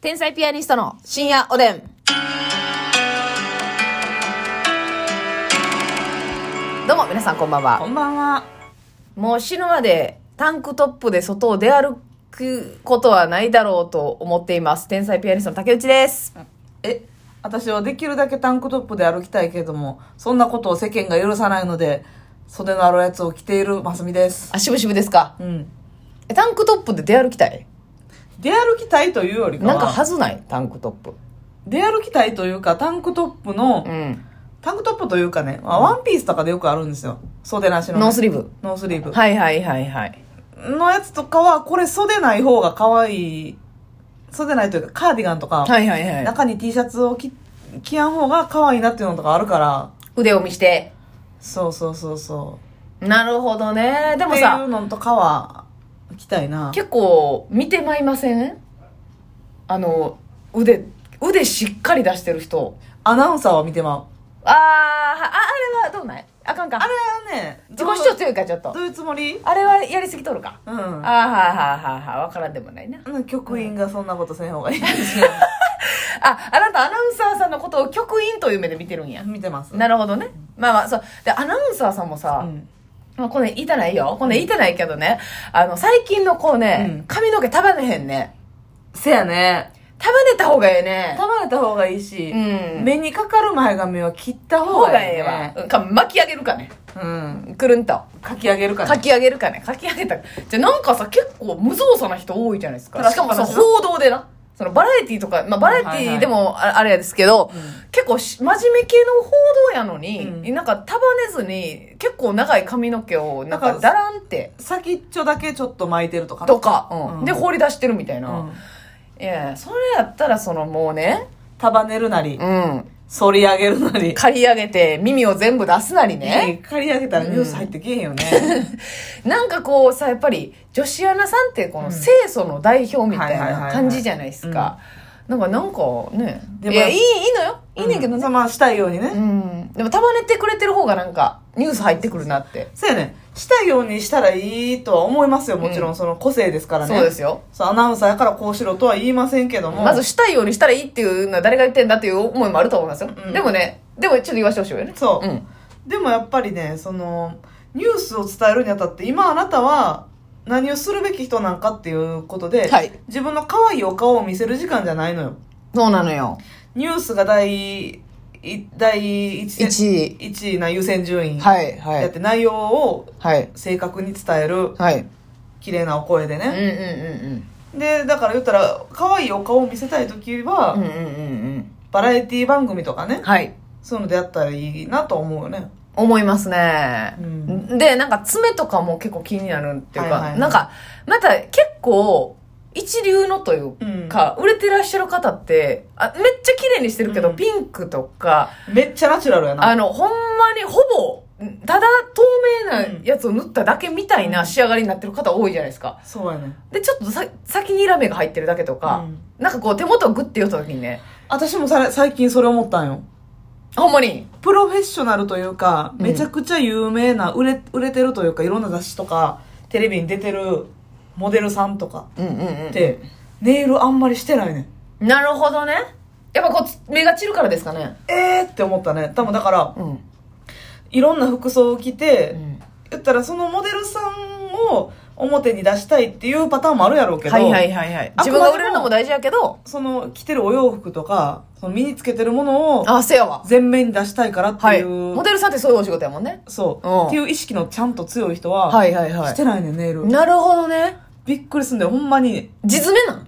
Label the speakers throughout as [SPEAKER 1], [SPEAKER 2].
[SPEAKER 1] 天才ピアニストの深夜おでん。どうも皆さんこんばん
[SPEAKER 2] こ
[SPEAKER 1] は。
[SPEAKER 2] んばんは。
[SPEAKER 1] もう死ぬまでタンクトップで外を出歩くことはないだろうと思っています。天才ピアニストの竹内です。
[SPEAKER 2] え、私はできるだけタンクトップで歩きたいけれども、そんなことを世間が許さないので、袖のあるやつを着ているますみです。
[SPEAKER 1] あ、しぶしぶですか。
[SPEAKER 2] うん。
[SPEAKER 1] えタンクトップで出歩きたい
[SPEAKER 2] 出歩きたいというよりかは、
[SPEAKER 1] なんかはずないタンクトップ。
[SPEAKER 2] 出歩きたいというか、タンクトップの、
[SPEAKER 1] うん。
[SPEAKER 2] タンクトップというかね、まあワンピースとかでよくあるんですよ。袖なしのね、
[SPEAKER 1] ノースリーブ。
[SPEAKER 2] ノースリーブ。
[SPEAKER 1] はいはいはいはい。
[SPEAKER 2] のやつとかは、これ袖ない方が可愛い。袖ないというか、カーディガンとか、
[SPEAKER 1] はいはいはい。
[SPEAKER 2] 中に T シャツを着、着やん方が可愛いなっていうのとかあるから、
[SPEAKER 1] 腕を見して。
[SPEAKER 2] そうそうそうそう。
[SPEAKER 1] なるほどね。でも
[SPEAKER 2] ってい
[SPEAKER 1] さ
[SPEAKER 2] う、のとかは行きたいな
[SPEAKER 1] 結構見てまいませんあの、腕、腕しっかり出してる人。
[SPEAKER 2] アナウンサーは見てまう
[SPEAKER 1] あー、あ、あれはどうないあかんか。
[SPEAKER 2] あれはね
[SPEAKER 1] 自己主張強いか、ちょっ
[SPEAKER 2] ど
[SPEAKER 1] と
[SPEAKER 2] う。いうつもり
[SPEAKER 1] あれはやりすぎとるか。
[SPEAKER 2] うん
[SPEAKER 1] あーはーはーはーはー、わからんでもないな。
[SPEAKER 2] うん局員がそんなことせん方がいい
[SPEAKER 1] あ、あなたアナウンサーさんのことを局員という目で見てるんや。
[SPEAKER 2] 見てます
[SPEAKER 1] なるほどね。まあまあ、そう。で、アナウンサーさんもさ、
[SPEAKER 2] うん
[SPEAKER 1] まあ、これ言いたないよ。これ言いたないけどね。あの、最近の子ね、
[SPEAKER 2] うん
[SPEAKER 1] 髪の毛束ねへんね。
[SPEAKER 2] せやね
[SPEAKER 1] 束ねた方がええね。
[SPEAKER 2] 束ねた方がいいし、
[SPEAKER 1] うん
[SPEAKER 2] 目にかかる前髪を切った方
[SPEAKER 1] 方が
[SPEAKER 2] がいい
[SPEAKER 1] ええわ
[SPEAKER 2] ね。
[SPEAKER 1] うんか巻き上げるかね。
[SPEAKER 2] うん
[SPEAKER 1] くるんと。
[SPEAKER 2] かき上げるから
[SPEAKER 1] かき上げるかね。かき上げたか。じゃ、なんかさ、結構無造作な人多いじゃないですか。し
[SPEAKER 2] 確
[SPEAKER 1] か
[SPEAKER 2] かに
[SPEAKER 1] もさ、報道でな。そのバラエティとか、まあバラエティでもああれやですけど、結構し真面目系の報道やのに、
[SPEAKER 2] う
[SPEAKER 1] なんか束ねずに、結構長い髪の毛を、なん
[SPEAKER 2] な
[SPEAKER 1] か
[SPEAKER 2] んか
[SPEAKER 1] だらんって、
[SPEAKER 2] 先っちょだけちょっと巻いてるとか
[SPEAKER 1] とか、うん
[SPEAKER 2] うん
[SPEAKER 1] で放り出してるみたいうな。
[SPEAKER 2] ん
[SPEAKER 1] いや、それやったらそのもうね、
[SPEAKER 2] 束ねるなり
[SPEAKER 1] うん、
[SPEAKER 2] 反り上げるなり
[SPEAKER 1] 刈り上げて耳を全部出すなりね。
[SPEAKER 2] 刈り上げたらニュース入ってけえへんよね、
[SPEAKER 1] なんかこうさ、やっぱり女子アナさんってこの清楚の代表みたい
[SPEAKER 2] はいはいはいは
[SPEAKER 1] ない感じじゃないですか。なんかなんかね。い
[SPEAKER 2] でも
[SPEAKER 1] や、いい、いいのよ。いいねんけど
[SPEAKER 2] う
[SPEAKER 1] ね。
[SPEAKER 2] まあ したいようにね、
[SPEAKER 1] うん。でも束ねてくれてる方がなんかニュース入ってくるなって。
[SPEAKER 2] そうやね。したいようにしたらいいとは思いますよ。もちろ、
[SPEAKER 1] うん
[SPEAKER 2] その個性ですからね。
[SPEAKER 1] そうですよ。
[SPEAKER 2] そう。アナウンサーやからこうしろとは言いませんけども。
[SPEAKER 1] まず、したいようにしたらいいっていうのは誰が言ってんだっていう思いもあると思いますよ。
[SPEAKER 2] ん
[SPEAKER 1] でもね、でもちょっと言わしてほしいよね。
[SPEAKER 2] そう、
[SPEAKER 1] うん。
[SPEAKER 2] でもやっぱりね、その、ニュースを伝えるにあたって、今あなたは何をするべき人なんかっていうことで、
[SPEAKER 1] はい
[SPEAKER 2] 自分の可愛いお顔を見せる時間じゃないのよ。
[SPEAKER 1] そうなのよ。
[SPEAKER 2] ニュースが第一、第一
[SPEAKER 1] 1位。
[SPEAKER 2] 一位な優先順位。
[SPEAKER 1] はい、は
[SPEAKER 2] だっ
[SPEAKER 1] い。
[SPEAKER 2] て内容を
[SPEAKER 1] はい。
[SPEAKER 2] 正確に伝える、
[SPEAKER 1] はい。
[SPEAKER 2] 綺麗なお声で
[SPEAKER 1] うんう
[SPEAKER 2] ね。
[SPEAKER 1] ん
[SPEAKER 2] で、だから言ったら、可愛いお顔を見せたいときは、
[SPEAKER 1] うんうん。うんうんうん
[SPEAKER 2] バラエティ番組とか
[SPEAKER 1] うん。
[SPEAKER 2] ね、
[SPEAKER 1] はい。
[SPEAKER 2] そういうのでやったらいいなと思うよね。
[SPEAKER 1] 思いますね、
[SPEAKER 2] うん
[SPEAKER 1] でなんか爪とかも結構気になるっていうか、
[SPEAKER 2] はいはいはい
[SPEAKER 1] なんかまた結構一流のというか、売れてらっしゃる方ってあめっちゃ綺麗にしてるけど、
[SPEAKER 2] うん
[SPEAKER 1] ピンクとか
[SPEAKER 2] めっちゃナチュラルや
[SPEAKER 1] あ
[SPEAKER 2] な。
[SPEAKER 1] のほんまにほぼただ透明なやつを塗っただけみたいな仕上がりになってる方多いじゃないですか
[SPEAKER 2] そうやね。
[SPEAKER 1] でちょっとさ先にラメが入ってるだけとか、なんかこう手元をグッて寄った時にね
[SPEAKER 2] 私もさ最近それ思ったんよ。
[SPEAKER 1] ほんまに
[SPEAKER 2] プロフェッショナルというか、
[SPEAKER 1] うん
[SPEAKER 2] めちゃくちゃ有名な、売れ、売れてるというか、いろんな雑誌とか、テレビに出てるモデルさんとか
[SPEAKER 1] うんうんうん
[SPEAKER 2] って、ネイルあんまりしてないねん。
[SPEAKER 1] なるほどねやっぱこう目が散るからですかね
[SPEAKER 2] えーって思ったね。多分だから、
[SPEAKER 1] うん
[SPEAKER 2] いろんな服装を着
[SPEAKER 1] う
[SPEAKER 2] て、
[SPEAKER 1] ん
[SPEAKER 2] 言ったらそのモデルさんを表に出したいっていうパターンもあるやろうけど、
[SPEAKER 1] はいはいはいはい。
[SPEAKER 2] あ
[SPEAKER 1] 自
[SPEAKER 2] くま
[SPEAKER 1] 分が
[SPEAKER 2] でも
[SPEAKER 1] 売れるのも大事やけど、
[SPEAKER 2] その着てるお洋服とか、その身につけてるものを
[SPEAKER 1] あ、せやわ。
[SPEAKER 2] 前面に出したいからって
[SPEAKER 1] はいい。
[SPEAKER 2] う、
[SPEAKER 1] モデルさんってそういうお仕事やもんね。
[SPEAKER 2] そう、
[SPEAKER 1] うん
[SPEAKER 2] っていう意識のちゃんと強い人は、
[SPEAKER 1] はいはいは
[SPEAKER 2] してないねんネイル
[SPEAKER 1] い。。なるほどね。
[SPEAKER 2] びっくりすんだよ、ほんまに。
[SPEAKER 1] 実名なん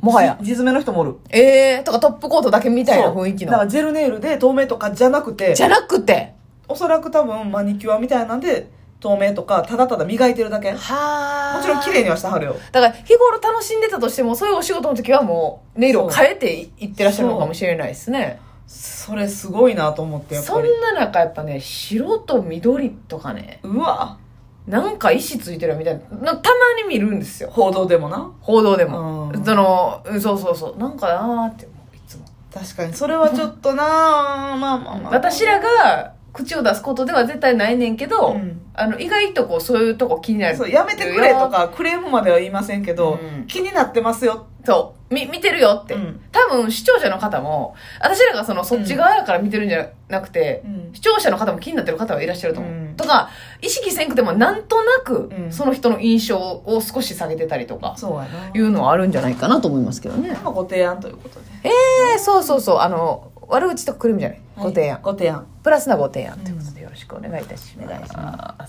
[SPEAKER 1] もはや。
[SPEAKER 2] じ地詰めの人もおる。
[SPEAKER 1] えー、とかトップコートだけみたいな雰囲気
[SPEAKER 2] そうだか
[SPEAKER 1] の。
[SPEAKER 2] らジェルネイルで透明とかじゃなくて
[SPEAKER 1] じ、ゃなくて。
[SPEAKER 2] おそらく多分マニキュアみたいなんで、透明とか、ただただ磨いてるだけ。も
[SPEAKER 1] はー
[SPEAKER 2] ちろん綺麗にはしてはるよ。
[SPEAKER 1] だから日頃楽しんでたとしても、そういうお仕事の時はもう、ネイルを変えていいってらっしゃるのかもしれないですね。
[SPEAKER 2] それすごいなと思って、やっ
[SPEAKER 1] そ
[SPEAKER 2] ぱり。
[SPEAKER 1] んな中やっぱね、白と緑とかね、
[SPEAKER 2] うわ、
[SPEAKER 1] なんか石ついてるみたいな、なたまに見るんですよ。
[SPEAKER 2] 報道でもな。
[SPEAKER 1] 報道でも。
[SPEAKER 2] うん
[SPEAKER 1] その、うんそうそうそう。なんかなーって思う、いつも。
[SPEAKER 2] 確かに、それはちょっ となまあまあまあ。
[SPEAKER 1] 私らが口を出すことでは絶対ないねんけど、
[SPEAKER 2] うん
[SPEAKER 1] あの意外とこうそういうとこ気になる
[SPEAKER 2] そうやめてくれとかクレームまでは言いませんけど、
[SPEAKER 1] うん
[SPEAKER 2] 気になってますよっ
[SPEAKER 1] と、み、見てるよって。
[SPEAKER 2] うん
[SPEAKER 1] 多分、視聴者の方も、私らがその、そっち側やから見てるんじゃなくて、
[SPEAKER 2] うん
[SPEAKER 1] 視聴者の方も気になってる方はいらっしゃると思う。
[SPEAKER 2] うん
[SPEAKER 1] とか、意識せんくても、なんとなく
[SPEAKER 2] う、ん
[SPEAKER 1] その人の印象を少し下げてたりとか、
[SPEAKER 2] そうやな。
[SPEAKER 1] いうのはあるんじゃないかなと思いますけどね。
[SPEAKER 2] まあご提案ということで。
[SPEAKER 1] ええそうそうそう。あの、悪口とかくるみじゃない。ご提案。
[SPEAKER 2] ご提案。
[SPEAKER 1] プラスなご提案ということでよろしくお願いいたします。
[SPEAKER 2] お願いし
[SPEAKER 1] は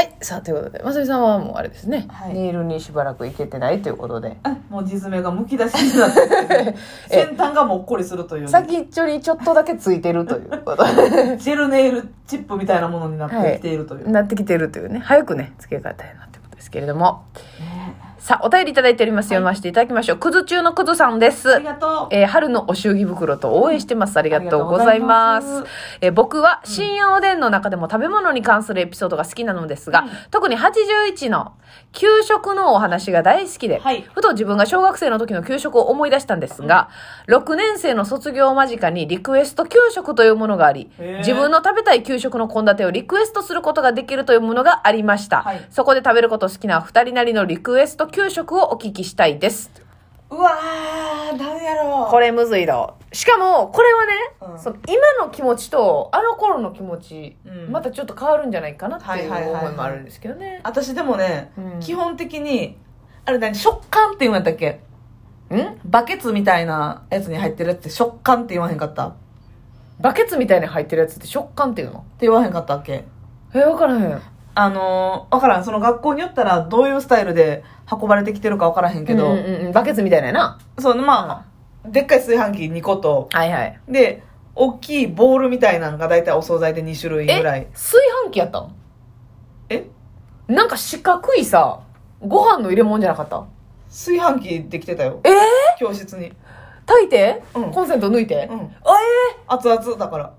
[SPEAKER 1] い。さあ、ということで、まさみさんはもうあれですね。
[SPEAKER 2] はい
[SPEAKER 1] ネイルにしばらく行けてないということで。
[SPEAKER 2] あもう地爪がむき出しになって て
[SPEAKER 1] え
[SPEAKER 2] 先端がもっこりするという
[SPEAKER 1] 先っちょにちょっとだけついてるということ
[SPEAKER 2] ジェルネイルチップみたいなものになってきているとい う、
[SPEAKER 1] なってきてるというね。早くね、付け替えたいなってことですけれども。さあ、お便りいただいております。読ませていただきましょう。クズ中のクズさんです。
[SPEAKER 2] ありがとう
[SPEAKER 1] えー春のお祝儀袋と応援してます。ありがとうございます。
[SPEAKER 2] ありがとうございま
[SPEAKER 1] えー僕は深夜おでんの中でも食べ物に関するエピソードが好きなのですが、特に81の給食のお話が大好きで、
[SPEAKER 2] はい
[SPEAKER 1] ふと自分が小学生の時の給食を思い出したんですが、6年生の卒業間近にリクエスト給食というものがあり
[SPEAKER 2] へー、
[SPEAKER 1] 自分の食べたい給食の献立をリクエストすることができるというものがありました。
[SPEAKER 2] はい
[SPEAKER 1] そこで食べること好きな2人なりのリクエスト給食をお聞きしたいです。
[SPEAKER 2] うわー何やろう
[SPEAKER 1] これむずいだしかもこれはね、
[SPEAKER 2] うん
[SPEAKER 1] その今の気持ちとあの頃の気持ち、
[SPEAKER 2] うん
[SPEAKER 1] またちょっと変わるんじゃないかなっていう
[SPEAKER 2] はいはいはいはい
[SPEAKER 1] 思いもあるんですけどね、
[SPEAKER 2] 私でもね、
[SPEAKER 1] うん
[SPEAKER 2] 基本的にあれ何食感って言うんやったっけ
[SPEAKER 1] ん
[SPEAKER 2] バケツみたいなやつに入ってるやつって食感って言わへんかったっ
[SPEAKER 1] バケツみたいに入ってるやつって食感っていうの
[SPEAKER 2] て言わへんかったっけ
[SPEAKER 1] え分からへん
[SPEAKER 2] あのー、わからんその学校によったらどういうスタイルで運ばれてきてるかわからへん
[SPEAKER 1] け
[SPEAKER 2] け
[SPEAKER 1] ど、
[SPEAKER 2] ど、
[SPEAKER 1] うんうんうんバケツみたいなやな
[SPEAKER 2] そのまあ、でっかい炊飯器2個と
[SPEAKER 1] はいはい
[SPEAKER 2] で、大きいボールみたいなのが大体お惣菜で2種類ぐらい。
[SPEAKER 1] 炊飯器やったん
[SPEAKER 2] え
[SPEAKER 1] なんか四角いさご飯の入れ物じゃなかった
[SPEAKER 2] 炊飯器できてたよ。
[SPEAKER 1] ええ
[SPEAKER 2] 教室に。
[SPEAKER 1] 炊いて、
[SPEAKER 2] うん
[SPEAKER 1] コンセント抜いて、
[SPEAKER 2] う
[SPEAKER 1] あ
[SPEAKER 2] ん。
[SPEAKER 1] え
[SPEAKER 2] 熱々だから。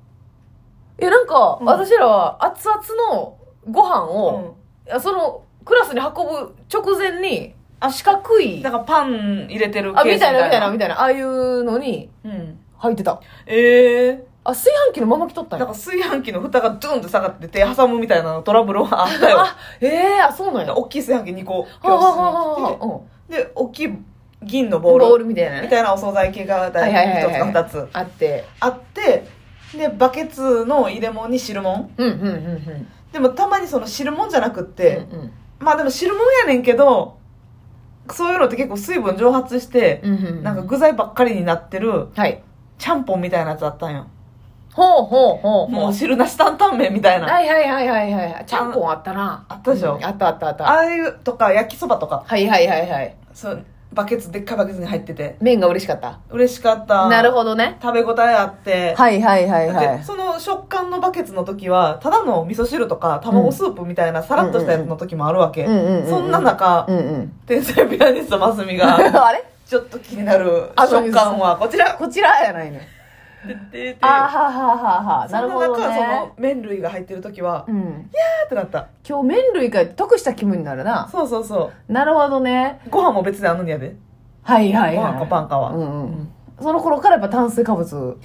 [SPEAKER 1] えいやなんか、
[SPEAKER 2] うん
[SPEAKER 1] 私らは熱々のご飯を、いやそのクラスに運ぶ直前に
[SPEAKER 2] あ
[SPEAKER 1] 四角
[SPEAKER 2] うん。
[SPEAKER 1] い
[SPEAKER 2] なんかパン入れてるケー
[SPEAKER 1] あ
[SPEAKER 2] ス
[SPEAKER 1] み
[SPEAKER 2] みた
[SPEAKER 1] たいな
[SPEAKER 2] いな。
[SPEAKER 1] みたいなみたいなああいうのに
[SPEAKER 2] うん。
[SPEAKER 1] 入ってた
[SPEAKER 2] ええ
[SPEAKER 1] あ炊飯器のまま来とったん
[SPEAKER 2] なん
[SPEAKER 1] や
[SPEAKER 2] か炊飯器の蓋がドゥンって下がって手挟むみたいなトラブルはあったよ。
[SPEAKER 1] あええあそうなんや
[SPEAKER 2] 大きい炊飯器2個
[SPEAKER 1] はあはあ
[SPEAKER 2] 教室
[SPEAKER 1] はあは
[SPEAKER 2] に
[SPEAKER 1] あうん
[SPEAKER 2] 来て。で、大きい銀のボ
[SPEAKER 1] ボ
[SPEAKER 2] ール
[SPEAKER 1] ールみたいな
[SPEAKER 2] み
[SPEAKER 1] ね
[SPEAKER 2] たいなお惣菜系が大
[SPEAKER 1] はいはいはいはい
[SPEAKER 2] 体1つか2つ
[SPEAKER 1] あって
[SPEAKER 2] あって、で、バケツの入れ物に汁物。
[SPEAKER 1] うんうんうんうん
[SPEAKER 2] でもたまにその汁もんじゃなくっ
[SPEAKER 1] う
[SPEAKER 2] て、
[SPEAKER 1] ん
[SPEAKER 2] まあでも汁もんやねんけどそういうのって結構水分蒸発して、
[SPEAKER 1] うんうん
[SPEAKER 2] なんか具材ばっかりになってる
[SPEAKER 1] はい
[SPEAKER 2] ちゃんぽんみたいなやつあったんよ、
[SPEAKER 1] ほうほうほう
[SPEAKER 2] も
[SPEAKER 1] ほ
[SPEAKER 2] う
[SPEAKER 1] う
[SPEAKER 2] 汁なし担々麺みたいな、
[SPEAKER 1] はいはいはいはいはいちゃんぽんあったな
[SPEAKER 2] あったでしょ
[SPEAKER 1] うんあったあったあった
[SPEAKER 2] ああいうとか焼きそばとか
[SPEAKER 1] はいはいはいはい
[SPEAKER 2] そうバケツでっかいバケツに入ってて
[SPEAKER 1] 麺が嬉しかった
[SPEAKER 2] 嬉しかった
[SPEAKER 1] なるほどね
[SPEAKER 2] 食べ応えあって、
[SPEAKER 1] はいはいはいは
[SPEAKER 2] で
[SPEAKER 1] い
[SPEAKER 2] その食感のバケツの時はただの味噌汁とか卵スープみたいなさらっとしたやつの時もあるわけ、
[SPEAKER 1] うんうんうんうん
[SPEAKER 2] そんな中、
[SPEAKER 1] うんうん
[SPEAKER 2] 天才ピアニストますみ が
[SPEAKER 1] あれ
[SPEAKER 2] ちょっと気になる
[SPEAKER 1] あ
[SPEAKER 2] 食感はこちら
[SPEAKER 1] こちらやないね
[SPEAKER 2] ててて
[SPEAKER 1] あはははは
[SPEAKER 2] そ
[SPEAKER 1] なる
[SPEAKER 2] ん
[SPEAKER 1] ほ
[SPEAKER 2] な
[SPEAKER 1] ど
[SPEAKER 2] 中、そ
[SPEAKER 1] ね
[SPEAKER 2] の麺類が入ってる時は、
[SPEAKER 1] う
[SPEAKER 2] あ
[SPEAKER 1] ん
[SPEAKER 2] ーってなった
[SPEAKER 1] 今日麺類が得した気分になるな。
[SPEAKER 2] そうそうそ
[SPEAKER 1] なるほどね。
[SPEAKER 2] うご飯も別であんのにやで
[SPEAKER 1] はいはい
[SPEAKER 2] ご
[SPEAKER 1] はい。
[SPEAKER 2] 飯かパンかは、
[SPEAKER 1] うんうん。その頃からやっぱ炭水化物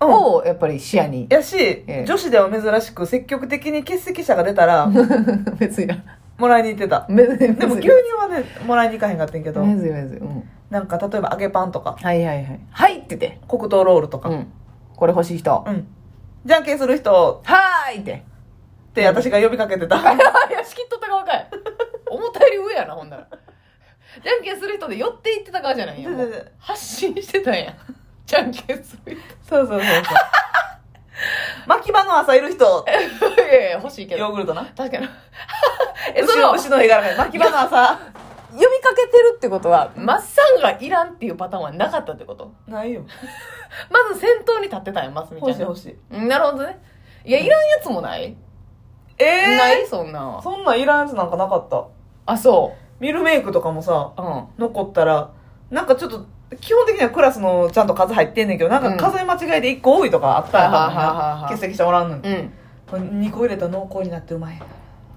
[SPEAKER 1] をやっぱり視野に。
[SPEAKER 2] やし、
[SPEAKER 1] え
[SPEAKER 2] 女子では珍しく積極的に欠席者が出たら
[SPEAKER 1] 別にな。
[SPEAKER 2] もらいに行っ てた
[SPEAKER 1] 別に。
[SPEAKER 2] でも牛
[SPEAKER 1] 別
[SPEAKER 2] 乳
[SPEAKER 1] に
[SPEAKER 2] はねもらいに行かへんかったんやけど、
[SPEAKER 1] 別に別に。うん。
[SPEAKER 2] なんか例えば揚げパンとか
[SPEAKER 1] はいはいはい。はいって言って。
[SPEAKER 2] 黒糖ロールとか
[SPEAKER 1] う、ん。これ欲しい人。
[SPEAKER 2] うんじゃんけんする人
[SPEAKER 1] はーいって。
[SPEAKER 2] って私が呼びかけてた
[SPEAKER 1] いや、仕切っとった側かい。 思ったより上やな、ほんなら。じゃんけんする人で寄っていってた側じゃ ないんやも
[SPEAKER 2] そうそうそうう
[SPEAKER 1] 発信してたんや。じゃんけんする
[SPEAKER 2] そう そうそうそう巻き場の朝いる人
[SPEAKER 1] 人。いやいや、欲しいけ
[SPEAKER 2] ヨー
[SPEAKER 1] ど。
[SPEAKER 2] グルトな
[SPEAKER 1] 確かに。 え、そ
[SPEAKER 2] 牛の
[SPEAKER 1] の、
[SPEAKER 2] 牛の絵柄が巻き場の朝
[SPEAKER 1] 呼びかけてるってことは、マッサンがいらんっていうパターンはなかったってこと
[SPEAKER 2] ないよ
[SPEAKER 1] まず先頭に立ってたんや、マスミち
[SPEAKER 2] 欲
[SPEAKER 1] ゃ
[SPEAKER 2] し
[SPEAKER 1] ん
[SPEAKER 2] い
[SPEAKER 1] が
[SPEAKER 2] 欲しい
[SPEAKER 1] うんなるほどね。いや、いらんやつもない、
[SPEAKER 2] え
[SPEAKER 1] ないそんなんは。
[SPEAKER 2] そんなんいらんやつなんかなかった
[SPEAKER 1] あ、そ
[SPEAKER 2] ミルメイクとかもさ
[SPEAKER 1] う。うん。
[SPEAKER 2] 残ったらなんかちょっと基本的にはクラスのちゃんと数入ってんねんけどなんか数え間違いで1個多いとかあったら
[SPEAKER 1] うんはははは
[SPEAKER 2] 欠席してもらうのに、
[SPEAKER 1] うん。
[SPEAKER 2] これ2個入れたら濃厚になってうまい、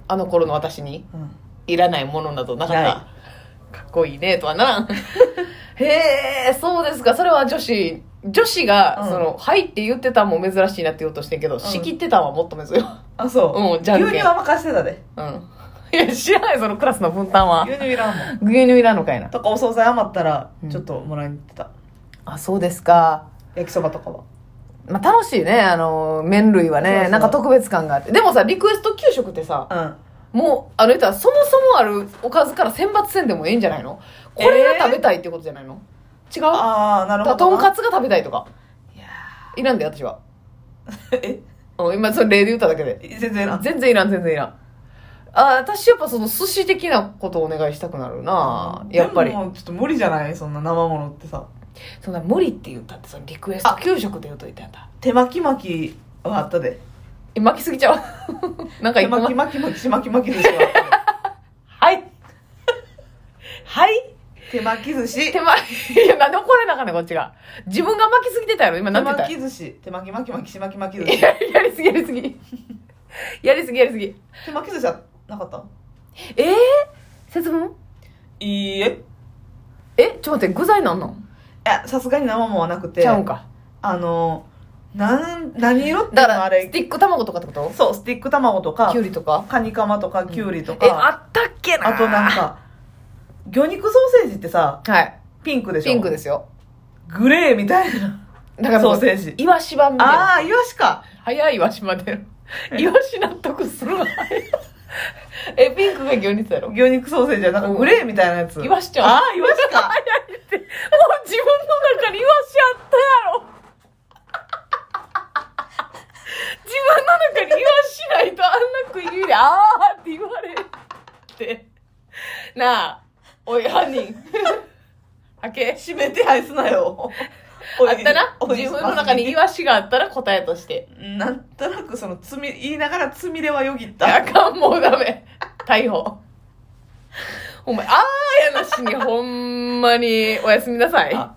[SPEAKER 1] あの頃の私に、
[SPEAKER 2] うん、
[SPEAKER 1] いらないものなどなかっ
[SPEAKER 2] ない
[SPEAKER 1] た。かっこいいね、とはなら ん。へえ、そうですか。それは女子、女子が、
[SPEAKER 2] うん
[SPEAKER 1] その、はいって言ってたんも珍しいなって言おうとしてんけど、仕切ってたんはもっと珍しい。
[SPEAKER 2] あそう、
[SPEAKER 1] うんじゃんけん
[SPEAKER 2] 牛乳は任してたで
[SPEAKER 1] うん。いや、知らない、そのクラスの分担は。
[SPEAKER 2] 牛乳いらんも ん。
[SPEAKER 1] 牛乳いらんのかいな。
[SPEAKER 2] とかお惣菜余ったら
[SPEAKER 1] うん、
[SPEAKER 2] ちょっともらいに行ってた。
[SPEAKER 1] あ、そうですか。
[SPEAKER 2] 焼きそばとかは。
[SPEAKER 1] まあ、楽しいね、あの、麺類はね
[SPEAKER 2] そうそう
[SPEAKER 1] なんか特別感があって。でもさ、リクエスト給食ってさ、
[SPEAKER 2] うん。
[SPEAKER 1] もう、あの、言ったらそもそもあるおかずから選抜せんでもいいんじゃないのこれが食べたいってことじゃないの、違うだか
[SPEAKER 2] ああ、なるほ
[SPEAKER 1] ら
[SPEAKER 2] ど。
[SPEAKER 1] とんかつが食べたいとか。
[SPEAKER 2] いや
[SPEAKER 1] いらんで、私は。
[SPEAKER 2] ー え
[SPEAKER 1] うん、今、それ例で言っただけで。
[SPEAKER 2] 全然いらん。
[SPEAKER 1] 全然いらん、全然いらん。あ、私やっぱその寿司的なことをお願いしたくなるなやっぱり
[SPEAKER 2] で。もちょっと無理じゃないそんな生ものってさ。
[SPEAKER 1] そんな無理って言ったって、そのリクエスト給食で言うといたんだ。
[SPEAKER 2] 手巻き巻きはあったで。
[SPEAKER 1] え、巻きすぎちゃう なんか
[SPEAKER 2] 手
[SPEAKER 1] 一個
[SPEAKER 2] 巻
[SPEAKER 1] ま
[SPEAKER 2] き巻き巻きし巻き巻き寿司はあっ たで。
[SPEAKER 1] はい。 はい。
[SPEAKER 2] 手巻き寿司。
[SPEAKER 1] 手前、いや、なんで怒られなあかんねんこっちが。自分が巻きすぎてたやろ、今
[SPEAKER 2] 手
[SPEAKER 1] なんて言った
[SPEAKER 2] 巻き寿司。手巻き巻き巻きし巻き巻き寿
[SPEAKER 1] い
[SPEAKER 2] 司。
[SPEAKER 1] や、やりすぎやりすぎ。やりすぎやりすぎ。
[SPEAKER 2] 手巻き寿司はなかった
[SPEAKER 1] えぇ、節分
[SPEAKER 2] いいえ。
[SPEAKER 1] え、ちょっと待って、具材なんなん
[SPEAKER 2] いや、さすがに生もんはなくて。
[SPEAKER 1] ちゃうんか。
[SPEAKER 2] あの、なん、何色ってい
[SPEAKER 1] だ
[SPEAKER 2] う
[SPEAKER 1] か
[SPEAKER 2] の
[SPEAKER 1] ら、
[SPEAKER 2] あ
[SPEAKER 1] ス
[SPEAKER 2] れ。
[SPEAKER 1] ティック卵とかってこと
[SPEAKER 2] そう、スティック卵とか
[SPEAKER 1] きゅ、うりとか
[SPEAKER 2] カニカマとか、キュウリと
[SPEAKER 1] え、あ
[SPEAKER 2] か、
[SPEAKER 1] ったっけな
[SPEAKER 2] あとなん。か、魚肉ソーセージってさ、
[SPEAKER 1] はい。
[SPEAKER 2] ピンクでしょ
[SPEAKER 1] ピンクですよ。
[SPEAKER 2] グレーみたい な。
[SPEAKER 1] だからもう
[SPEAKER 2] ソーセージ
[SPEAKER 1] イワシ版みたいな。
[SPEAKER 2] ああ、イワシか。
[SPEAKER 1] 早いイワシまで。イワシ納得するわ。え、ピンクが魚肉やろ
[SPEAKER 2] 魚肉ソーセージはなんかグレーみたいなやつ。
[SPEAKER 1] イワシちゃう
[SPEAKER 2] ああ、イワシか。
[SPEAKER 1] ってもう自分の中にイワシあったやろ自分の中にイワシないとあんな食い気味で「あー」って言われてなあおい犯人開け
[SPEAKER 2] 閉め手配すなよ。
[SPEAKER 1] あったな自分の中にイ
[SPEAKER 2] ワ
[SPEAKER 1] ワシがあったら答えとして
[SPEAKER 2] なんとなくその、つみ、言いながらつみれはよぎ った。
[SPEAKER 1] あかんもうダメ逮捕お前あーやなしにほんまにおやすみなさい
[SPEAKER 2] あ